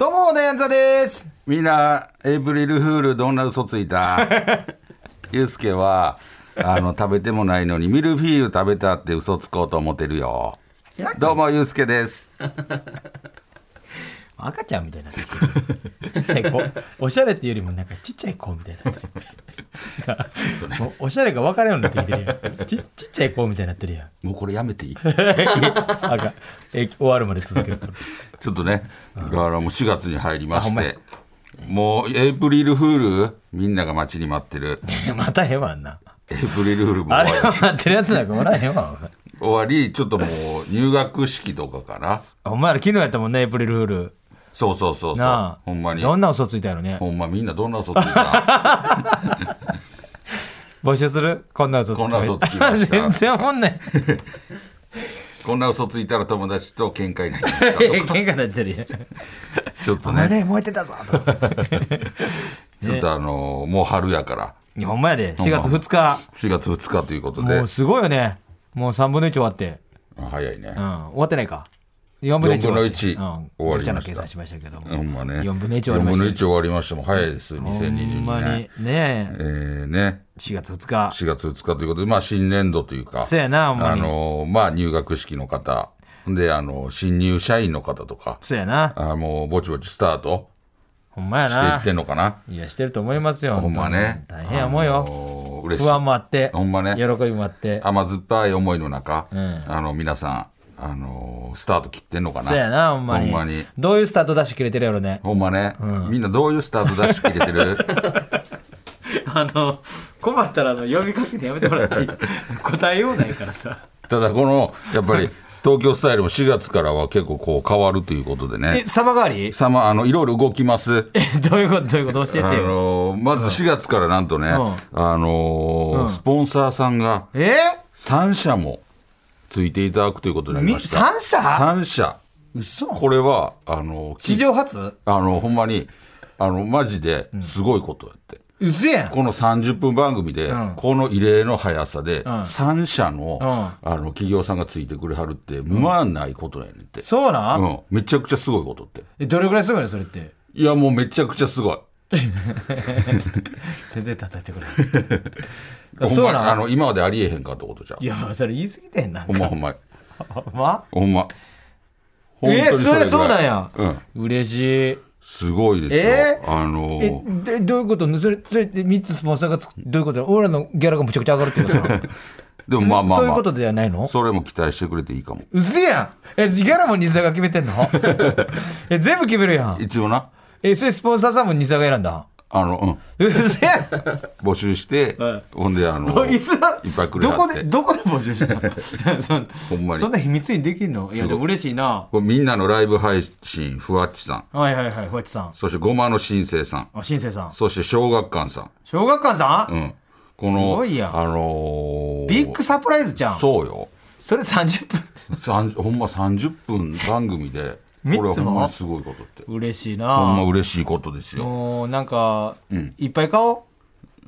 どうも、デヤンザです。みんな、エイプリルフール、どんな嘘ついた ゆうすけは、あの、食べてもないのに、ミルフィーユ食べたって嘘つこうと思ってるよ。どうも、ゆうすけです。赤ちゃんみたいになってる。ちっちゃい子。おしゃれっていうよりも、なんかちっちゃい子みたいになってる。なんかもうおしゃれが分からんようになってきてるやん。ちちっちゃい子みたいになってるやん。もうこれやめていい赤。え、終わるまで続けるから。ちょっとね、だからもう4月に入りまあほんしまやて、もう、エイプリルフール、みんなが待ちに待ってる。またへんわあんな。エイプリルフールもあれ終はわ待ってるやつなんかおらへんわ。お前り、終わりちょっともう、入学式とかかな。お前ら昨日やったもんね、エイプリルフール。そうそうそうそうなあ。。ほんまに。どんな嘘ついたのね。ほんまみんなどんな嘘ついた募集するこんな嘘ついた。こんな嘘つきまし た全然おもんない。こんな嘘ついたら友達と喧嘩になりましたと か。喧嘩なってるやん。ちょっとお前ね。ね、燃えてたぞ。とかちょっとあのーもう春やから、いや、ほんまやで。ほん4ま月2日。 4月2日ということでもう、すごいよね。もう3分の1終わって。あ早いねうん。。終わってないか。4分の1終わって。 4分の1うん。終わりましたちゃな計算しましたけども。ほんまね。 4分の1終わりました。 4分の1終わりました。もう早いです、ほんま2022に年。。ねええ。ー、ね。 4月2日。 4月2日ということで、まあ新年度というか、そうやなほんまあにのーまあ入学式の方、で、あのー新入社員の方とか、そうやな。あーもうぼちぼちスタートほんまやしていなっ。てんのかな。いや、してると思いますよ。ほんまね。本当に大変やもんよ。よ。嬉しい。不安もあって。ほんまね喜びもあって。甘酸っぱい思いの中、んあの皆さん、あのースタート切ってんのかな。そうやな、ほんまに。ほんまにどういうスタート出してくれてるやろね。ほんまね、みんなどういうスタートダッシュ切れてる あの、困ったらあの呼びかけてやめてもら っていい答えようないからさ。ただこのやっぱり東京スタイルも4月からは結構こう変わるということでえ、ねサバ代わりさまあのいろいろ動きますえどういうことどういうこと教えあてよ。のまず4月からなんとね、うあのーうんスポンサーさんがえ3社もついていただくということになりましたみ三社三社嘘これはあのき史上初あのほんまにあのマジですごいことやって、嘘やんこの30分番組で、んこの異例の速さで、ん3社の,、うんあの企業さんがついてくれはるって、まあないことやねんって、そうな、うんんめちゃくちゃすごいことって。えどれぐらいすごいのそれっていや、もうめちゃくちゃすごい。全然叩いてくれほんまにそうなあんの今までありえへんかったことじゃんい。やまあそれ言い過ぎてんなほんまほんま。ほんまほんま。え本当にそぐられいそうなんや、うん。嬉しいすごいですよ。えあのえでどういうことそれそれで3つスポンサーがつくどういうこと俺らのギャラがむちゃくちゃ上がるってこと なのでもまあまあまあ、そういうことではないのそれも期待してくれていいかも。嘘やんえギャラも西田が決めてん のえ全部決めるやん一応な、えそれスポンサーさんも西田が選んだあの、うん。嘘やん募集して、はいほんで、あの、 こいついっぱいくれどはこってでどこで募集したのそん ほんまにそんな秘密にできんのいやすごいでも嬉しいなこれみんなのライブ配信、ふわっちさん。はいはいはいふわっちさんそしてごまの新生さん。あ新生さんそして小学館さん。小学館さん、うん。こすの、ごいやんあのービッグサプライズじゃんそそうよ。れ30分さんほんま30分番組で、こ三れつもはほんまにすごいことって。嬉しいほんまな嬉しいことですよ。もうなんか、いっぱい買おう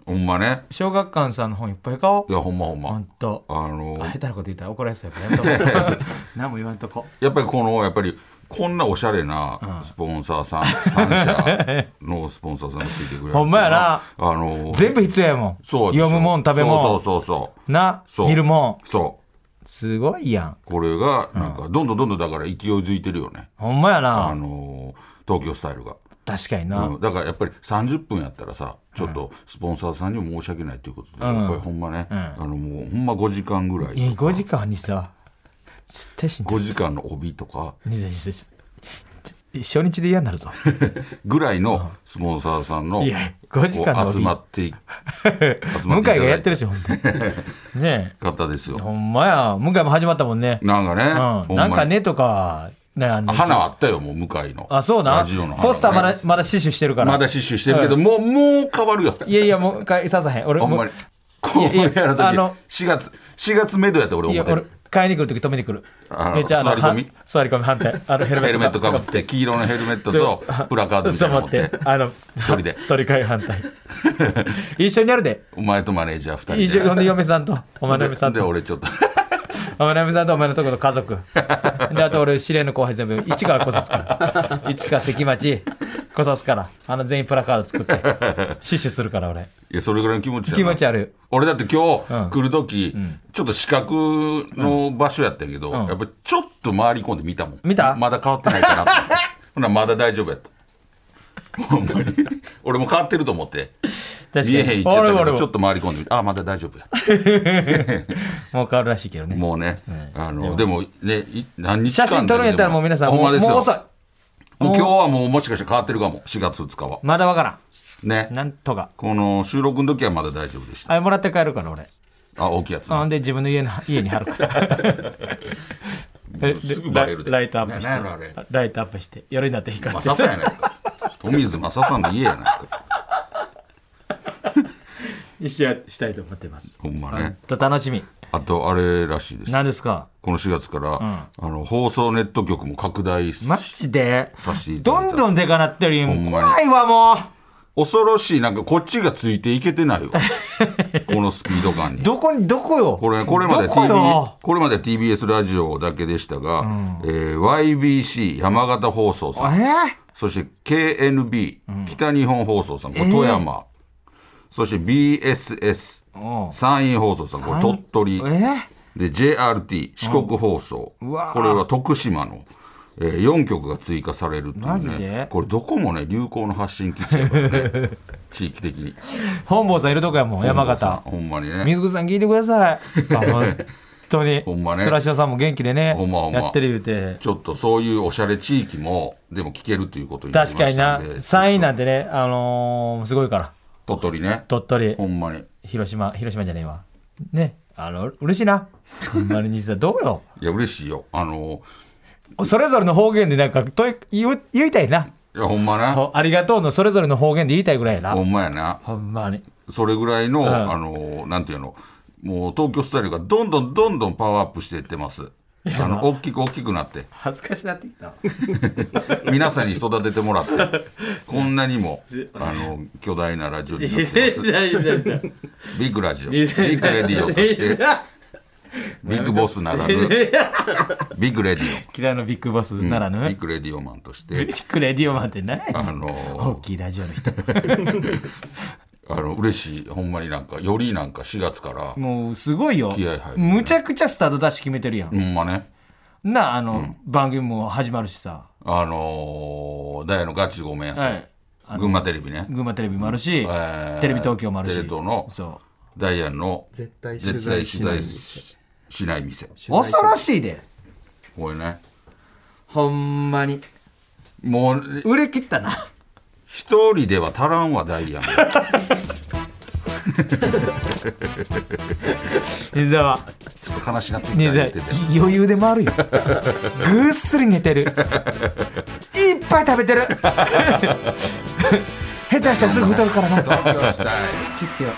ほんまね。小学館さんの本いっぱい買おういや、ほんまほんほまん。とあのあー下手なこと言ったら怒られそうやからやめとこう 何も言わんとこやっぱりこの、やっぱり、こんなおしゃれなスポンサーさん、3社のスポンサーさんがついてくれるっていうのは。 ほんまやなあのー全部必要やもんそうでしょ読むもん食べもんそうそうそうそう。なそう見るもそうんすごいやんこれがなんかどんどんどんどんだから勢いづいてるよね、ほんまやあなのー東京スタイルが、確かにな、うんだからやっぱり30分やったらさちょっとスポンサーさんにも申し訳ないということで、うんやっぱりほんまね、うんあのもうほんま5時間ぐらいいや5時間にさ絶対死んで5る時間の帯とか西田西田初日で嫌になるぞぐらいのスポンサーさんのいや5時間の帯こう集まって い集向まっ井てがいただやっいてたるしほんとにね方ですえよほんまや向井も始まったもんねなんかね、うほんなまにんかねとかねあの花あったよ、もう向井の。あそうなラジオの花ポスターまだねまだ死守してるからまだ刺繍してるけど、もう、もう変わるよ。いやいやもう一回ささへん俺ほんもまうに。こういややいやるあのとき、4月、4月めどやって俺い思やって俺る。買いに来る時止めに来るあのめっちゃあの座り込みは座り込み反対 あのヘルメットヘルメットかぶって、黄色のヘルメットとプラカードみたいなの持っそうて持。あの一人で取り替え反 対一緒にやるでお前とマネージャー2人で。一緒ほんで嫁さんとお前の嫁さんで、と俺ちょっと。お前の嫁さんとお前のとこの家 族であと俺知り合いの後輩全部一からこさすから一から関町こさすからあの全員プラカード作って死守するから俺いや、それぐらいの気持ちやな気持ちある俺だって今うん日来る時、ちょっと四角の場所やったんやけど、んやっぱちょっと回り込んで見たもん見たまだ変わってないかなと思ってほなまだ大丈夫やったほんまに俺も変わってると思って確か見えへん位に置やっ俺もたけ俺どもちょっと回り込んでみてあまだ大丈 夫やもう変わるらしいけどねもうね、あのでもねい何日写間真撮るんやったらもう皆さんほんもまうですよもう遅いもう今日はもうもしかして変わってるかも4月2日はまだわからねんなんとかこの収録の時はまだ大丈夫でしたあれもらって帰るから俺あ大きいやつねほんで自分の家の家に貼るから えですぐバレるでラライトアップして、なんやろあれライトアップして夜になって光マってサさんやないか。富水マサさんの家やないか。 一緒やしたいと思ってますほんまね。と楽しみあと、あれらしいです。何ですかこの4月から、あの、放送ネット局も拡大しマジでさせていただどいたんどんでかなってるよほんまに怖いわも恐ろしい、なんかこっちがついていけてな いわ。このスピード感うに。どこにどこよこれ、これまでどこ TV よ、これまで TBS ラジオだけでしたが、えー YBC 山形放送さん。えそして KNB、北日本放送さん、これ富山。そして BSS、ー、うん山陰放送さん、これ鳥取。えーで JRT 四国放送、うんうわーこれは徳島の、えー、4曲が追加されるとマいジうねでこれどこもね流行の発信基地やからね 地域的に本坊さんいるとこやもん山本形郷さんほんまにね水口さん聞いてくだ さいあ本当にほんまねスラシオさんも元気でねほんまほんまやってる言うてちょっとそういうおしゃれ地域もでも聞けるということになりまし確かたんにでな3位なんちてねあのーすごいからょっと鳥取ね鳥取ほんまに広島広島じゃねえわねあの嬉しいなほんまに実はどうよいや嬉しいよあのそれぞれの方言でなんかとい言う言いたいないやほんまなほありがとうのそれぞれの方言で言いたいぐらいやなほんまやなほんまにそれぐらいの、んあのなんていうのもう東京スタイルがどんどんどんどんパワーアップしていってますあの大きく大きくなって恥ずかしなってきた皆さんに育ててもらってこんなにもあの巨大なラジオになってます ビッグラジオビッグレディオとしてビッグボスならぬビッグレディ嫌いのビッグボスオならぬ、ビッグレディオマンとしビてッグレディオマンってねあ大のきいラジオの人あの嬉しいほんまになんかよりなんか4月からもうすごいよ気合入るむちゃくちゃスタートダッシュ決めてるやん、ほんまねなあの、番組も始まるしさ、あのダイヤのガチごめんやはさいい、あの群馬テレビね群馬テレビもあるし、ーテレビ東京もあるしテレ東のそダイヤの絶対取絶材対取しない材ししない店う恐ろしいでこれねほんまにもう売れ切ったな一人では足らんわダイヤン西澤ちょっと悲しなってきた西言澤ってて余裕で回 るよぐっすり寝てるいっぱい食 べてる下手したらすぐ太るからな東京スタイ気付けよう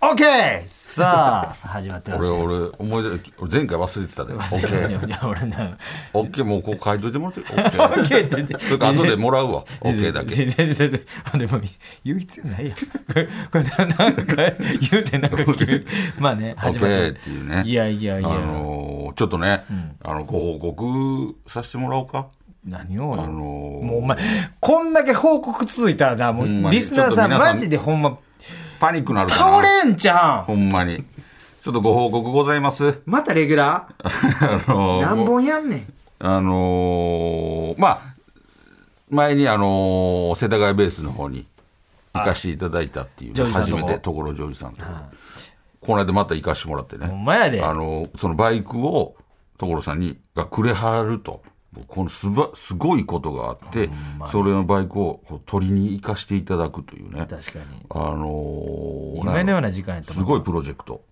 OK! さあ始まってルます俺よ俺思い出俺前回忘れてたでオッケいーやいや俺なオッケーもうこう書いといてもらってオッケー OK って言ってそれから後でもらうわオッケーだけ全然全然あでも言う必要ないやんこれこれななんか言うてなんか 急にまあねオッケまーるっていうねいやいやいやあのーちょっとね、あのご報告させてもらおうか何をよあのーもうお前こんだけ報告続いたらさもほんまうにリスナーさんちょっと皆さんマジでほんまパニックなるかな倒れんじゃんほんまにちょっとご報告ございます またレギュラーあのー何本やんねんあのーまあ前にあのー世田谷ベースの方に行かしていただいたっていうジョージさん初の方めて所ジョージさんと、この間また行かしてもらってねほんまやであのーそのバイクを所さんにがくれはるともうこのすばすごいことがあってそれのバイクをこう取りに行かしていただくというね確かにあのー夢のような時間やったすごいプロジェクト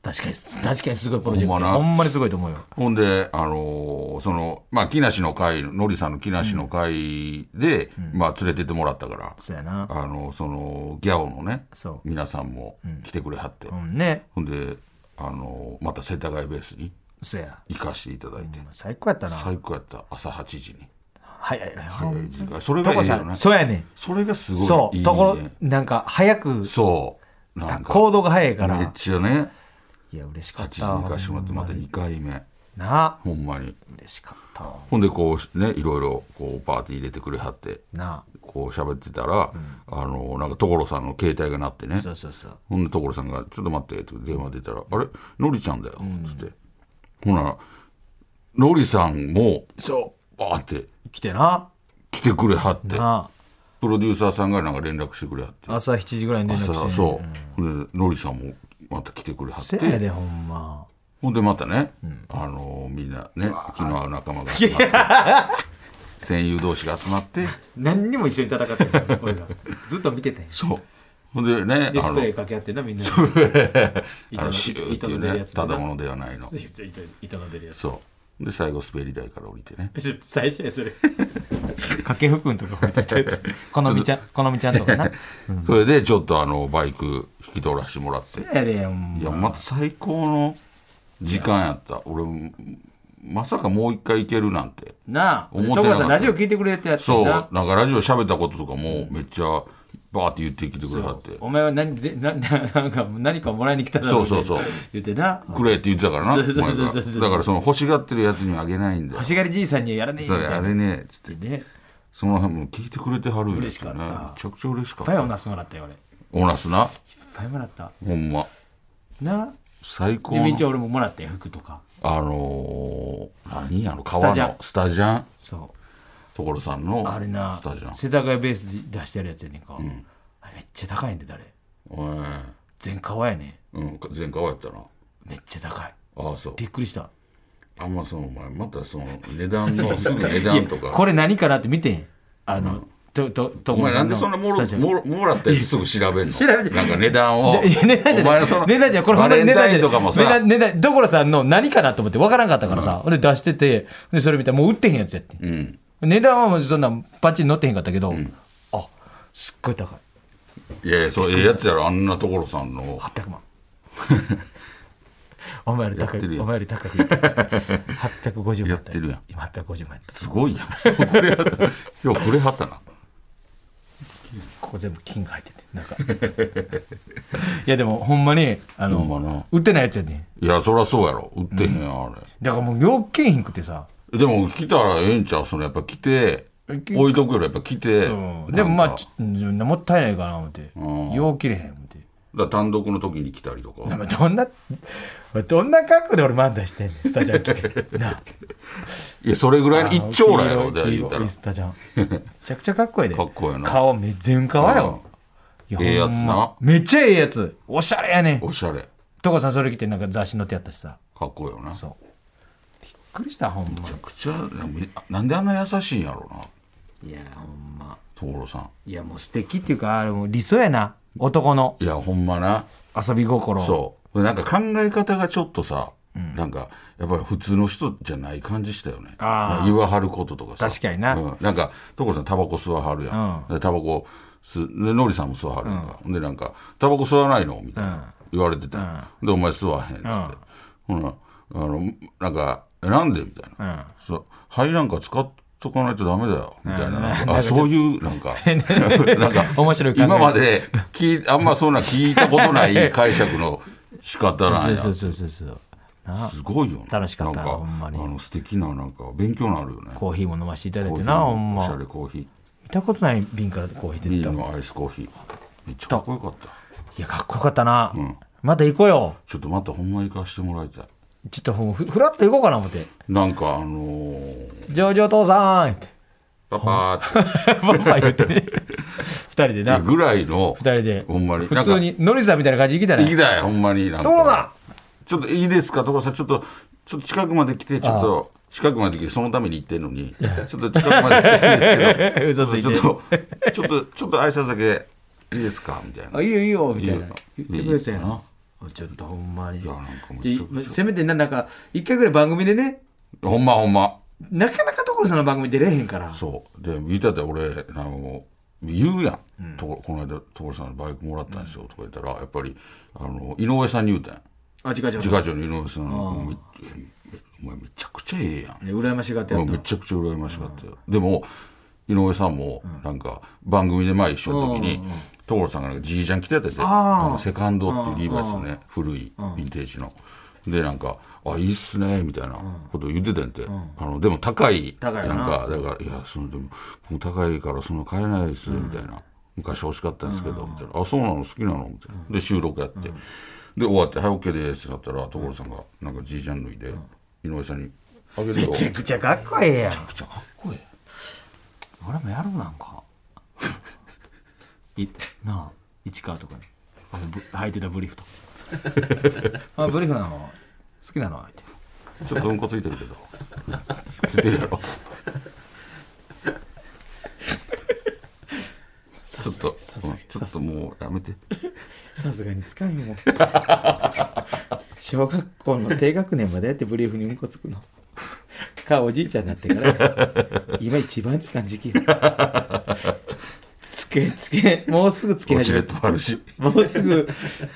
確かにす確かにすごいプロジェクほトんまなほんまにすごいと思うよほんで、あのーその、まあ、木梨の会、のりさんの木梨の会で、まあ、連れてってもらったから、そうやなあの、その、ギャオのねそ、う皆さんも来てくれはって、うんねほんで、あのーまた世田谷ベースにそうや行かしていただいて、最高やったな最高やった、朝8時に。早い早いそれがい所いさよねん。そうやねんそれがすごいいい、ね。そうところなんか早くそう。なんか、行動が早いからめっちゃね、いや嬉しか8っ時たに行かしてもらって、また2回目。なほんまに。嬉しかったわほんで、こう、ね、いろいろ、こう、パーティー入れてくれはって。なこう喋ってたら、あのなんか所さんの携帯が鳴ってねそうそうそうほんで所さんが「ちょっと待って」って電話出たら「あれのりちゃんだよ」っつって、ほなのりさんもそバーってう来てな来てくれはってなプロデューサーさんがなんか連絡してくれはって朝7時ぐらいに連絡してんね朝んそう、ほんでのりさんもまた来てくれはっせやてでほんまほんでまたね、あのみんなね気の合う仲間が集まって戦友同士が集まって何にも一緒に戦ってたこれが ずっと見てたよ そうほんでねディあスプのレイかけ合ってんなみんなで あのシルーっていうねただものではないの板の出るやつそうで最後滑り台から降りてね 最初やそれ 掛布くんとか置いてたやつ このみちゃんこのみちゃんとかなそれでちょっとあのバイク引き取らせてもらってやでほんいやまた最高の時間やった俺まさかもう一回行けるなんてなあ思ってなかった所さんラジオ聞いてくれてやってそんうななんかラジオ喋ったこととかもめっちゃバーって言ってきてくれはってお前は何でなななんか何かもらいに来ただろそうそうみたいなそ言ってなくれって言ってたからなそおうそうそう前そうがだからその欲しがってるやつにはあげないんだよ欲しがりじいさんにはやらねえみそたれいなあれねつってでねいっその辺も聞いてくれてはるんで嬉しすかよったねめちゃくちゃ嬉しかっぱいおたナスもらったよ俺いっオナスなぱいもらったほんまな最あ高でみのち俺ももらったよ服とかあのー、何あのスタ川ジャンのスタジャンそう所さんのあれなスタジャン世田谷ベースで出してあるやつやねんか、あれめっちゃ高いんで誰え全革やねえうん前回はやったなめっちゃ高いああそうびっくりしたあんまそのお前またその値段のすぐ値段といやかこれ何かなって見てんあの、とととお前なんでそんなもろもろもらったやつすぐ調べんのなんか値段をいや値段じゃお前ないのその値段じゃないこれほんまに値段バレンじタゃインないとかも値さ段値段所さんの何かなと思って分からんかったからさ、で出しててでそれ見たらもう売ってへんやつやって、うん値段はもうそんなバッチリ乗ってへんかったけど、あすっごい高いいやいやそうええやつやろあんな所さんの800万 お前より高やってるいやんお前より高く言った850万やってるやん今850万すごい やんこれは今日これはったなここ全部金が入っててなんか いやでもほんまにあの、ほんまな売ってないやつやねんいやそりゃそうやろ売ってへんやんあれだからもうようけえへんくてさ、でも来たらええんちゃうそのやっぱ来てき置いとくよりやっぱ来て、うん、でもまなあんかちうんもったいないかな思って、うんよう切れへん思ってだから単独の時に来たりとかお前どんなどんな格好で俺漫才してんねんスタジャン来 てないやそれぐらいの一丁羅やろだから黄言うた色らいスタジャンめちゃくちゃかっ こいいでかっこええな顔め全顔やろ、いええやつなほんまめっちゃええやつおしゃれやねんおしゃれ所さんそれ着てなんか雑誌載ってやったしさかっこいいよなめちそうびっくりしたほんまゃくちゃなんかなんであんな優しいんやろうないやほんま所さんいやもう素敵っていうかあれもう理想やな男のいやほんまな遊び心そうなんか考え方がちょっとさ、なんかやっぱり普通の人じゃない感じしたよねあー言わはることとかさ確かになうん、なんか所さんタバコ吸わはるやん、でタバコ吸うでノリさんも吸わはるやんか、でなんか「タバコ吸わないの?」みたいな言われてた、で「お前吸わへん」っつって、ほらあのなんか「えなんで?」みたいな「そう肺なんか使っとかないとダメだよ」みたいな,、あそういうな んか なんか面白い考え今まで聞いあんまそんな聞いたことない解釈の仕方なんそうやそうそうそうそうなすごいよね楽しかったなんかほんまにあの素敵ななんか勉強になるよねコーヒーも飲ませていただいコーてヒーなのほんおしゃまれコーヒー見たことない瓶からコーヒービ出ーてルたのアイスコーヒーめっちゃかっこよかったいやかっこよかったな、また行こうよちょっとまたほんま行かしてもらいたいちょっとほんふふらっと行こうかな思ってなんかあのー、 「ジョージお父さん!」って パパーっパパ言ってね2人でなて2ぐらいの人でほんまに普通にノリさんみたいな感じで行きた行いきたいほんまになんか所さちょっといいですか所さんちょっとちょっと近くまで来てちょっと近くまで来てそのために行ってんのにちょっと近くまで来ていいですけど嘘ついて ちょっとちょっとちょっと挨拶だけいいですかみたいなあいいよいいよ」みたいなよ言ってくれてたやんいいよなちょっとほんまにやなんかもういちょっせめてななんか一回ぐらい番組でねほんまほんま。なかなか所さんの番組出れへんからそう。で、言ったって俺、あの、言うやん。とここの間、所さんのバイクもらったんですよ、とか言ったら、やっぱり、あの、井上さんに言うたんやん。あ違う違う自家長の井上さん、めえお前めちゃくちゃええやん。ね羨ましがってやうっんためちゃくちゃ羨ましかったよ、でも井上さんもなんか番組で前一緒の時に所さんがなんかじいちゃん着てたであのセカンドっていうリーバイスのね古いヴィンテージのでなんか「あいいっすね」みたいなことを言ってたんやて、あのでも高い高いよななんかだから「いやそのでももう高いからその買えないです」みたいな「昔欲しかったんですけど」みたいな「あそうなの好きなの?」みたいなで収録やってで終わって「はい OK です」ってなったら所さんがなんかじいちゃん脱いで井上さんに「あげるよ」めちゃくちゃかっこええやんめちゃくちゃかっこいい俺もやるなんかいなあ市川とかねあのぶ履いてたブリーフ とあブリーフなの好きなの履いてちょっとうんこついてるけどついてるやろちょっとうんちょっともうやめてさすがに使うよもう小学校の低学年までやってブリーフにうんこつくのかおじいちゃんになってから今一番つかん時期よつけつけもうすぐつけウォ始シュレめットたもあるしもうすぐ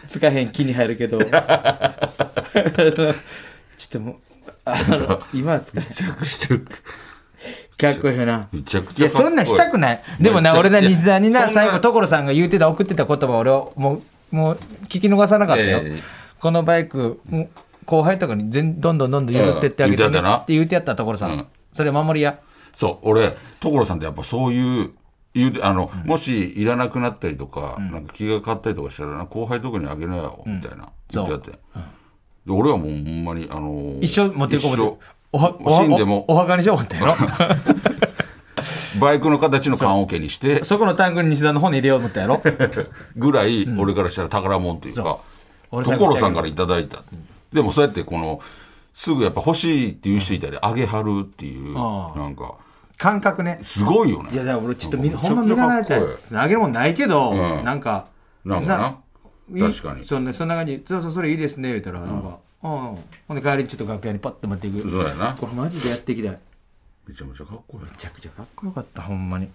つかへん気に入るけど ちょっともうあの今はつかへんめちゃくちゃかっこいいよなめちゃくちゃいや、そんなんしたくない。でもな、俺な、西座沢にな、最後、と所さんが言うてた、送ってた言葉、俺はもう、もう、聞き逃さなかったよいやいやいや。このバイク、もう後輩とかに全、どんどんどんどん譲ってってあげてうん言うてねたなって言うてやった、所さうんん。それ守りや。そう俺所さんってやっぱそういう言うてあの、もしいらなくなったりとか,、なんか気が変わったりとかしたらな後輩とかにあげなよ、みたいな言ってやって、で俺はもうほんまにあのー一生持っていこう一思生って。おは、お死んではも、おお墓にしよう思ってんやろ。バイクの形の缶桶にしてそこのタンクに西沢の方に入れよう思ったや ろ。ぐらい俺からしたら宝物というか、俺最後所さんからいただいた、でもそうやってこのすぐやっぱ欲しいっていう人いたりあげはるっていうああなんか感覚ね。すごいよねいや、だから俺、ちょっとみ、なんほかんま見習いたいめちゃくちゃかっこ。あげるもんないけど、うんなんか、いいなんかいいな確かにそそんなそんな感じそうそうそれいいですね言うたらなんか、うんほんで帰りにちょっと楽屋にパッと持っていくうやなこれマジでやっていきたいめめちゃめちゃかっこいいちゃくちゃかっこよかったほんまに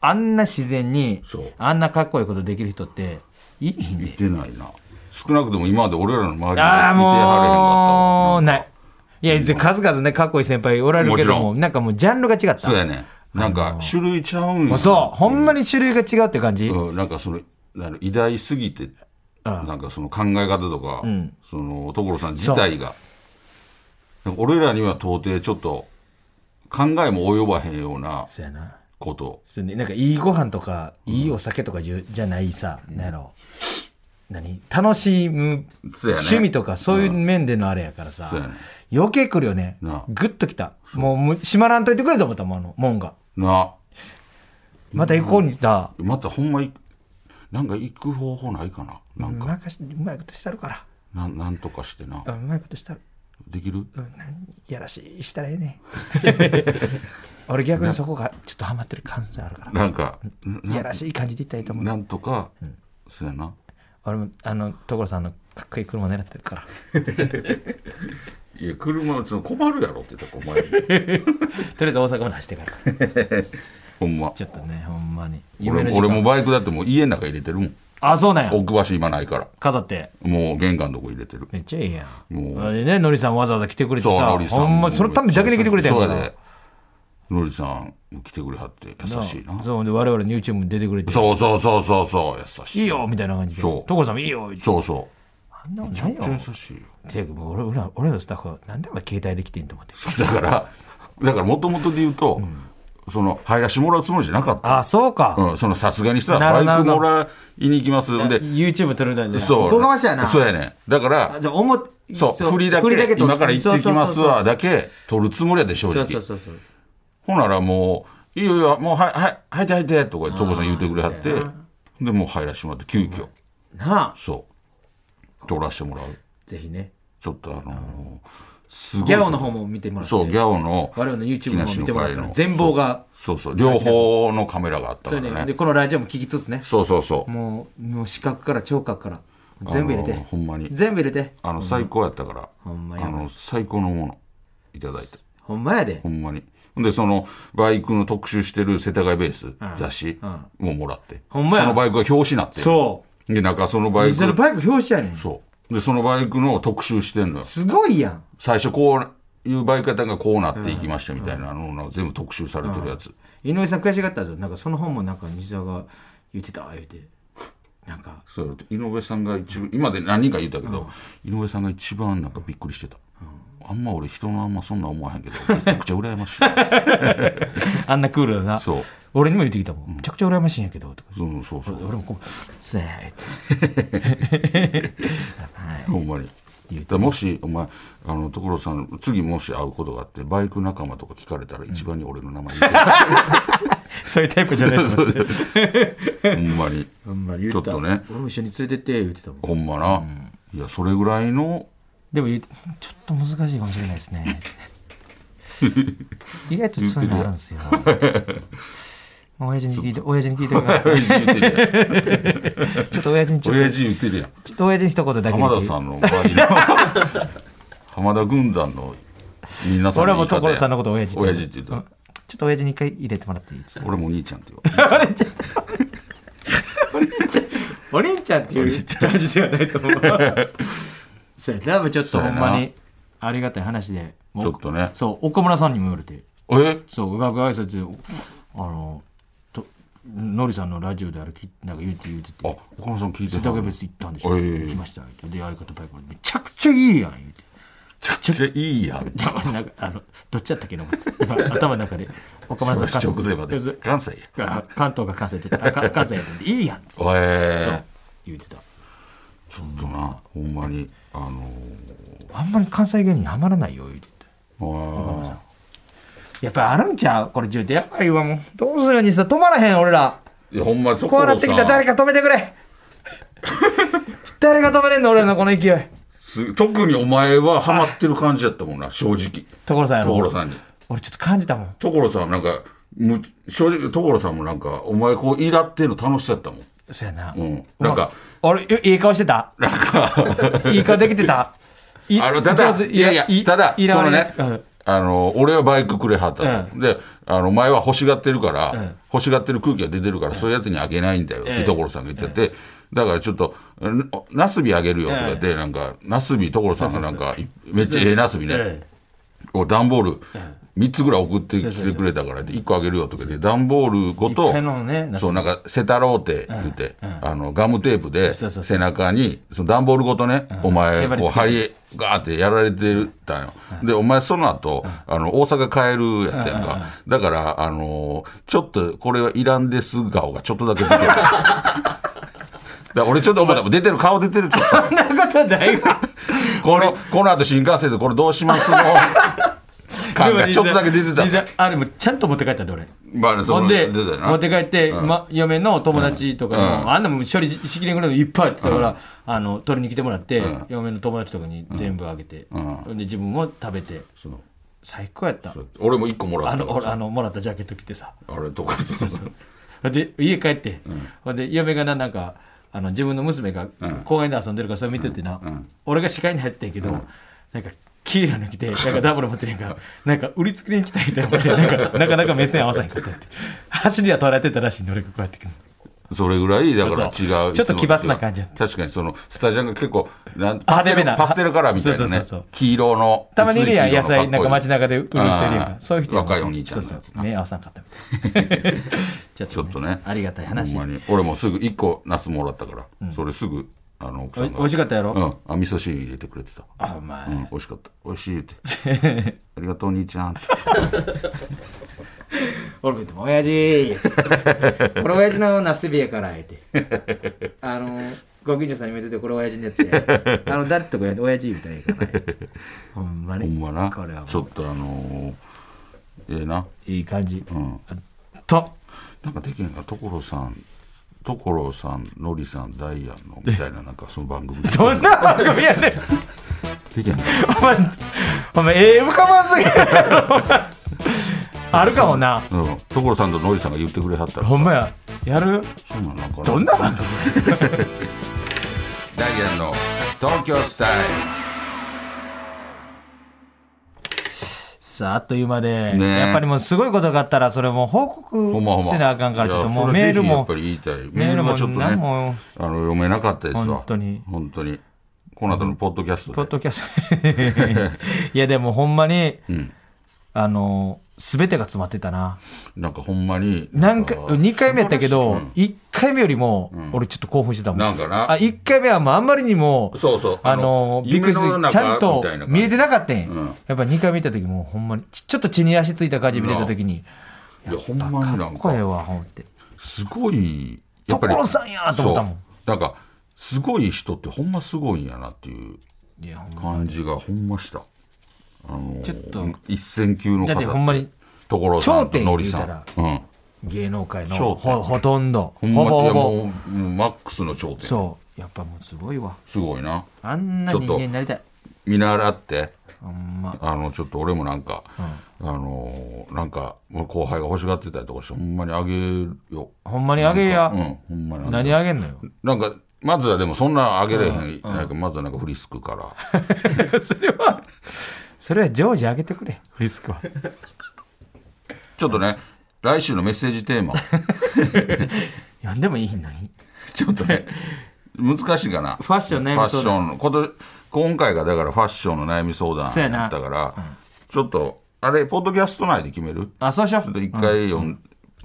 あんな自然にそうあんなかっこいいことできる人っていいん似でてないな少なくとも今まで俺らの周りに似てああもはうれへんかったわんかないいやじゃあ数々ねかっこいい先輩おられるけどももちろなんかもうジャンルが違ったそうやねなんか種類ちゃうんもやうそうほんまに種類が違うって感じ、うん、なんかそのあの偉大すぎてなんかその考え方とか、んその所さん自体がなんか俺らには到底ちょっと考えも及ばへんようなそうやなことそうねなんかいいご飯とかいいお酒とかじゃ,、じゃないさ、なんやろ何楽しむそうやね趣味とかそういう面でのあれやからさ、そうやね余計来るよねなあグッときたもうむ閉まらんといてくれと思ったもんあの門がなまた行こうにさ、またほんまいなんか行く方法ないかななんうか、まかしうまいことしたるかなんなんとかしてならうまいことしたるできるやらしいしたらええね 俺逆にそこがちょっとハマってる感じあるかなんからやならしい感じでいったらいいと思うなんとか、そうやな俺もあの所さんのかっこいい車狙ってるからいや車はその困るやろって言ったら困るとりあえず大阪まで走ってから ほんまちょっとね、ほんまに。俺のも俺もバイクだってもう家の中入れてるもんあ、そうなんや。置く場所今ないから飾って。もう玄関のとこ入れてるめっちゃいいやん。もうあれね、のりさんわざわざ来てくれてさ、ノリほんま、そのためだけに来てくれたんそやうかやらで。ノリさん来てくれはって優しいなそう、ほんで、我々の YouTube に出てくれて、そうそうそうそうそう優しいいいよみたいな感じで。そう所さんもいいよ言ってそうそあんなもんうなめいっちよゃ。優しいよていうか、もう俺俺ら俺らのスタッフは、なんでお前携帯で来てんと思って。だからだからもともとで言うと、その入らしてもらうつもりじゃなかったあ、そうか。うん、そのさすがにさなるバほどイクもらいに行きますで YouTube 撮るんだよね。そうこがましやなそうやねんだからあじゃあ思っそう振りだけと今から行ってきますわだけ取るつもりやで正そ直うそうそうそうそうそうそうほんならもう「いいよいいよもうはいはい入って入って」とか所さん言うてくれはってでもう入らしてもらって急遽なあそう取らしてもらうぜひねちょっとあのーすごいギャオの方も見てもらってそうギャオの我々の YouTube の方も見てもらったら木梨全貌がそうそうそう両方のカメラがあったそかれねらでねこのラジオも聞きつつねそうそうそうもうもう視覚から聴覚から全部入れてあのほんまに全部入れてあの最高やったから、ほんまやあの最高のものいただいたほんまやでほんまにほんでそのバイクの特集してる世田谷ベース、雑誌うんももらって、ほんまやそのバイクが表紙になってそうで中そのバイうクそのバイク表紙やねんそうでそのバイクの特集してんのよすごいやん最初こういうバイクやったんがこうなっていきましたみたいな、あのなんか全部特集されてるやつ、井上さん悔しがったぞなんかその本もなんか西澤が言ってた言うてなんかそう井上さんが一番今で何人か言ったけど、井上さんが一番なんかびっくりしてた、あんま俺人のあんまそんな思わへんけどめちゃくちゃ羨ましいあんなクールだなそう俺にも言ってきたもんめちゃくちゃ羨ましいんやけどとかうんそうそう俺もこうすねってほんまにだからもしお前あの所さん次もし会うことがあってバイク仲間とか聞かれたら一番に俺の名前言ってそういうタイプじゃないと思ってほんまにほんま言ったちょっとね俺も一緒に連れてって言ってたもんほんまな、いやそれぐらいのでも言うてちょっと難しいかもしれないです ね意外とそういうのあるんですよ親父に聞いて親父に聞いてください親父言ってるや んちょっと親父にちょっと親父言ってるやんちょっと親父に一言だけ浜田さんの場合 の浜田軍団の皆さん俺はものう言い方や所さんのことを親父って親父って言ったちらょっと親父に一回入れてもらっていいですか俺もお兄ちゃんって言われる お兄ちゃんっていう感じではないと 思うそうやなちょっとほんまにありがたい話でもうちょっとねそう岡村さんにも言われて えそう、学挨拶で、あの、と、のりさんのラジオであれ、きなんか言うて言うてあて、岡村さん聞いて世た田谷めっ別ち行ったんでしょ。ええ行きました。言うてで、相方バイクもめちゃくちゃいいやん、言うて。ゃくちゃいいやんで俺なんか、あの、どっちだったっけな、思って今頭の中で、岡村さん関直前まで西関西あや関東が関西って言って、あか関西やったんで、いいやんっつってえ言うてた。ー、ちょっとなほんまにあのあんまり関西芸人ハマらないよ言うてー、あやっぱあるんちゃうこれ重点やばいわもうどうするにさ止まらへん俺らーいやほんまこうなってきたら誰かか止めてくれ誰が止めれんの俺らのこの勢い特にお前はハマってる感じやったもんな正直所さんやろ所さんに俺ちょっと感じたもん所さんなんかむ正直所さんもなんかお前こうイラってんの楽しそうやったもんそうやな、うんなんか俺よいい顔してたなんかいい顔できて たいあのただ上手いやいやただいらそのわれでねすうんあの俺はバイクくれはったと、うであの前は欲しがってるから、ん欲しがってる空気が出てるから、そういうやつにあげないんだよって所さんが言ってて、だからちょっとんナスビあげるよとか言って、なんかナスビ所さんがなんかめっちゃええナスビね、えを段ボール3つぐらい送ってきてくれたからって1個あげるよとかで段ボールごいとっぱいのねナスビそうなんかセタローテ言ってあのガムテープでそうそうそう背中にその段ボールごとねお前やっぱりこうつけて針ガーってやられてたんよでお前その後あの大阪帰るやったやんかだからあのーちょっとこれはいらんです顔がちょっとだけ出てる だから俺ちょっとお前多分出てる顔出てるちょっと そんなことないわこのこの後新幹線でこれどうします の感がちょっとだけ出てた実際あれもちゃんと持って帰ったで俺まあねそほのんで出てたよな持って帰って、ま、嫁の友達とかにも、うんあんなもん処理しきれんぐらいのいっぱいあってたから、あの取りに来てもらって、嫁の友達とかに全部あげて、んほんで自分も食べてそう最高やった俺も一個もらあったのか俺らあのもらったジャケット着てさあれとかほんで家帰って、ほんで嫁がななんかあの自分の娘が公園で遊んでるからそれ見ててな、俺が視界に入ってんけど、なんか黄色の着てなんかダブル持ってるん かなんか売りつけに来たみたいなことでなんかな かなか目線合わさへんかったって走りは取られてたらしいの俺がこうやってくるそれぐらいだから違うそうそうちょっと奇抜な感じやった確かにそのスタジャンが結構なんパ派ステ手めルなパステルカラーみたいなねそうそうそうそう黄色のたまにいるやん野薄い黄菜色のなんか街かっこ中いいで売る人いるやあんーそういう人若いお兄ちゃんのやつそなうそう目合わさんかったみ たいな ちょっちょっとねありがたい話ほんまに俺もすぐ一個ナスもらったから、それすぐあの奥さんがお美味しかったやろうんあ味噌汁入れてくれてたあお前、うん、美味しかった美味しいって ありがとうお兄ちゃんって俺も言っても、親 父これ親父のナスビやから、言って。あの、ご近所さんに見てて、これ親父のやつや。あの、誰とかやって、親父みたいなから、ほんまほんに。まなこれはもうちょっとあのー、ええないい感じ、うんとなんかできへんか所さん所さんのりさんダイアンのみたいななんかその番組でどんな番組やねんきへんかお前、お前、ええ浮かばんすぎるやろお前 あるかもな。うん所さんとのりさんが言ってくれはったらほんまや。やるそうなのかなどんな番組ダダイアンの東京スタイさあ、あっという間で、ねえやっぱりもうすごいことがあったら、それもう報告ルほんまほんませなあかんから、ちょっともうメールいやもそれ、ぜひやっぱり言いたいメメーールルもがちょっとねなんもあの読めなかったですわ本当に本当にこの後のポッドキャスポットでドキャスト。いや、でもほんまに、んあの、すべてが詰まってたな。なんかほんまになんか、2回目やったけど、1回目よりも、俺ちょっと興奮してたもん。なんかなあ、1回目はもうあんまりにも、そうそうあの、びっくりす夢のる。ち中ゃんとみたいな感じ見えてなかったんや。うんやっぱ2回見た時も、ほんまに、ちちょっと血に足ついた感じ見れた時に、いやほんまになんか声はほんって。すごい所さんやと思ったもんそうなんかすごい人ってほんますごいんやなっていういや、ほんま感じがほんましたあのちょっと一線級の方だってほんまに所さ頂んと点言ノうリたさらんうん芸能界のそうほほとんど、ほほんまぼいほやもうぼ。もうマックスの頂点そう。やっぱもうすごいわ。すごいなあんなちょ人っと間になりたい。見習ってほんま。あのちょっと俺もなんか、あのーなんか後輩が欲しがってたりとかしてほんまにあげるよほんまにあげやう。んほんまにあげ何るあげん のよ。なんかまずはでもそんなあげれへん,、なんかまずはなんかフリスクからそれは、それは常時あげてくれ、フリスクは。ちょっとね来週のメッセージテ ーマ 呼んでもいいのに。ちょっとね難しいかなファッション悩み相談ファッションのこと今回がだからファッションの悩み相談そうやなやったから、ちょっとあれポッドキャスト内で決めるあ、そうしよちょっとう。一回読ん、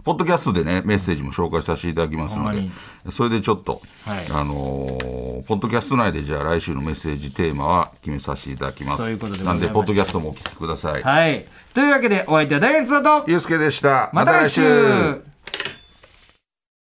ポッドキャストでねメッセージも紹介させていただきますほんのまでにそれでちょっと、はいあのーポッドキャスト内でじゃあ来週のメッセージテーマは決めさせていただきますそういうことでござないんましたでポッドキャストもお聞きください、はい。というわけで、お相手はダイエットと、ゆうすけでしたまた来週